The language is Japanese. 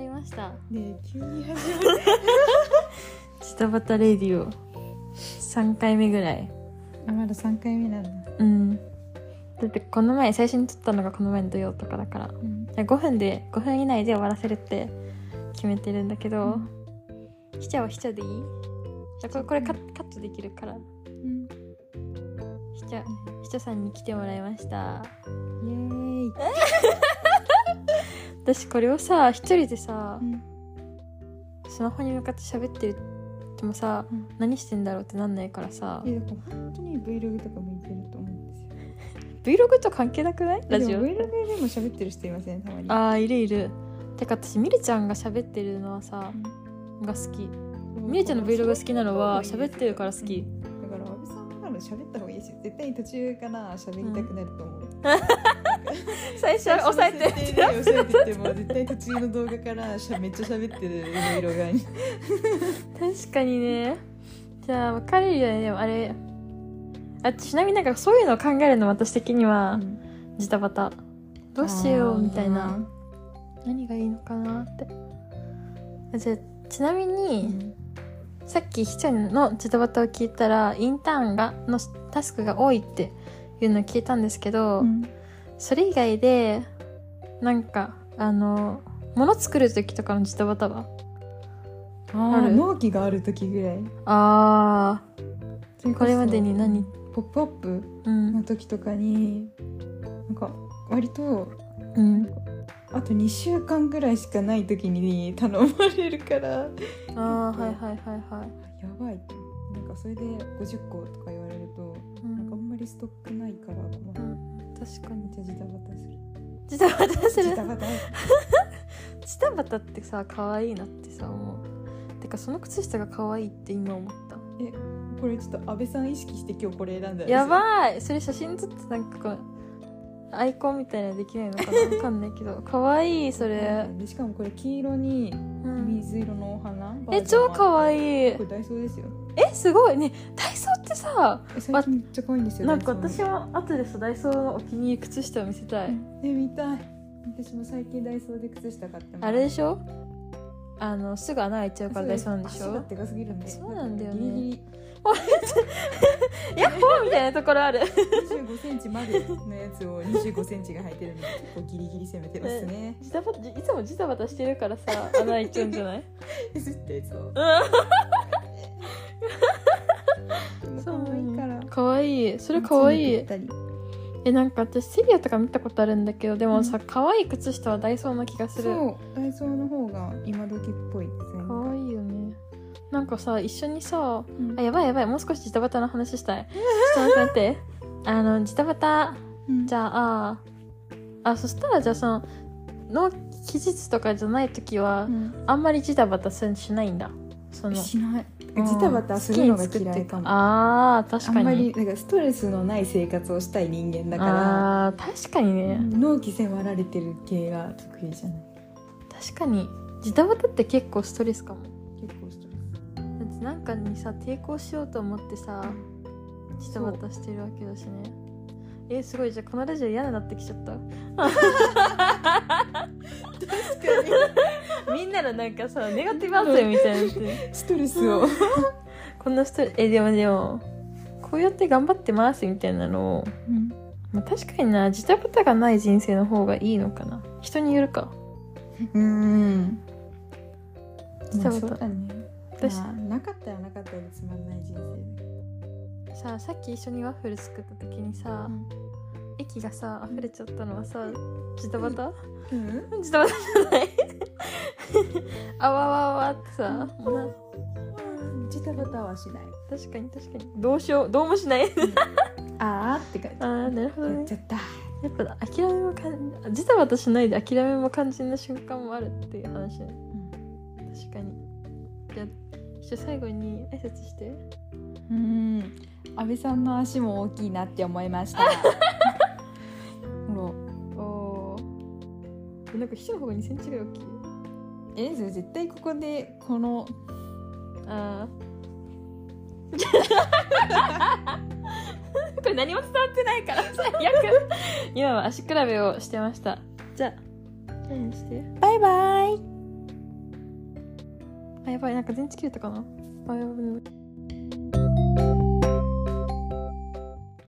ねえ急に始まる下バタレディオ3回目ぐらいあまだ3回目なんだ、うんだってこの前最初に撮ったのがこの前の土曜とかだからうん、じゃあ5分で5分以内で終わらせるって決めてるんだけど、ひちゃはひちゃでいいじゃあこれこれカッカットできるからうん、ひちゃひちゃさんに来てもらいましたイエーイ、私これをさ一人でさうん、スマホに向かって喋ってるでもさ、うん何してんだろうってなんないからさいやだから本当に Vlog とか向いてると思うんですよ Vlog と関係なくないラジオっでもて Vlog でも喋ってる人いませんたまにあーいるいるてか私みるちゃんが喋ってるのはさが好きみるちゃんの Vlog が好きなのは喋ってるから好きだから安倍さんなの喋った方がいいし絶対に途中から喋りたくなると思う、最初は抑えて最初の設定で抑えてても絶対途中の動画からしゃめっちゃ喋ってる色がに確かにねじゃあ分かれるよねでもあれあちなみになんかそういうのを考えるの私的にはジタバタどうしようみたいな何がいいのかなってあじゃあちなみうに、んさっきひちゃんのジタバタを聞いたらインターンがのタスクが多いっていうのを聞いたんですけど、それ以外でなんかあの物作る時とかのジタバタはああーる納期がある時ぐらいあそこれまでに何「ポップアップーうんの時とかになんか割とうんあと2週間ぐらいしかない時に頼まれるからあ ーはいはいはいはい、やばいってなんかそれで50個とか言われるとうなんかあんんまりストックないから困るうん、確かめっにちゃジタバタするジタバタするジタバタジタバタってさ可愛いなってさ思うてかその靴下が可愛いって今思ったこれちょっと安倍さん意識して今日これ選んだんですよやばいそれ写真撮ってなんかこうアイコンみたいなのできないのかなわかんないけど可愛いそれ、でしかもこれ黄色にうん、水色のお花、え超可い愛いこれダイソーですよえすごいねダイソーってさえ最近めっちゃ可愛いんですよなんかダイ私ソーも後でさダイソーのお気に入り靴下を見せたい、のえ見たい私も最近ダイソーで靴下買ってますあれでしょあのすぐ穴開いちゃうからダイソーなんでし足がょでかすぎるんでそうなんだよねギリギリヤッホーみたいなところある25センチまでのや つを25センチが履いてるんで結構ギリギリ攻めてますねジタバタいつもジタバタしてるからさ穴開いちゃうんじゃないえ絶対そう うでもんそう可愛いからかわいいそれかわい夏にぴっいたりえなんか私セリアとか見たことあるんだけどでもさ可愛い靴下はダイソーな気がするそうダイソーの方が今時っぽいですねかわいいよねなんかさ一緒にさうんあやばいやばいもう少しジタバタの話したいちょっと待って待ってあのジタバタうんじゃあああそしたらじゃあその納期日とかじゃない時は、うんあんまりジタバタせんしないんだそのしないジタバタするのが嫌いかもあーあ確んかまりになんかストレスのない生活をしたい人間だかあー確かにら、ね、納期迫られてる系が得意じゃない確かにジタバタって結構ストレスかも結構ストレだってなんかにさ抵抗しようと思ってさジタバタしてるわけだしねえすごいじゃあこのラジオ嫌になってきちゃった ス 確かみんなのなんかさネガティブアンセムみたいになってにストレスをこんな人えでもでもこうやって頑張ってますみたいなのを、まあ、確かになジタバタがない人生の方がいいのかな人によるかうんジタバそうタだね私まあなかったらなかったでつまんない人生さあさっき一緒にワッフル作った時にさ、液がさ溢れちゃったのはさジタバタ、うんジタバタじゃない あわわわってさ、なジタバタはしない確かに確かにどうしようどうもしないあーって感じああなるほどやっねちゃったやっぱ諦めもかんジタバタしないで諦めも肝心な瞬間もあるっていう話ね、確かにじゃあ一緒最後に挨拶してうん安倍さんの足も大きいなって思いました ほらおおーなんか秘書の方が2センチぐらい大きいえそれ絶対ここでこのあ あこれ何も伝わってないから最悪今は足比べをしてましたじゃあ何してバイバイあやばいなんか電池切れたかなあやばい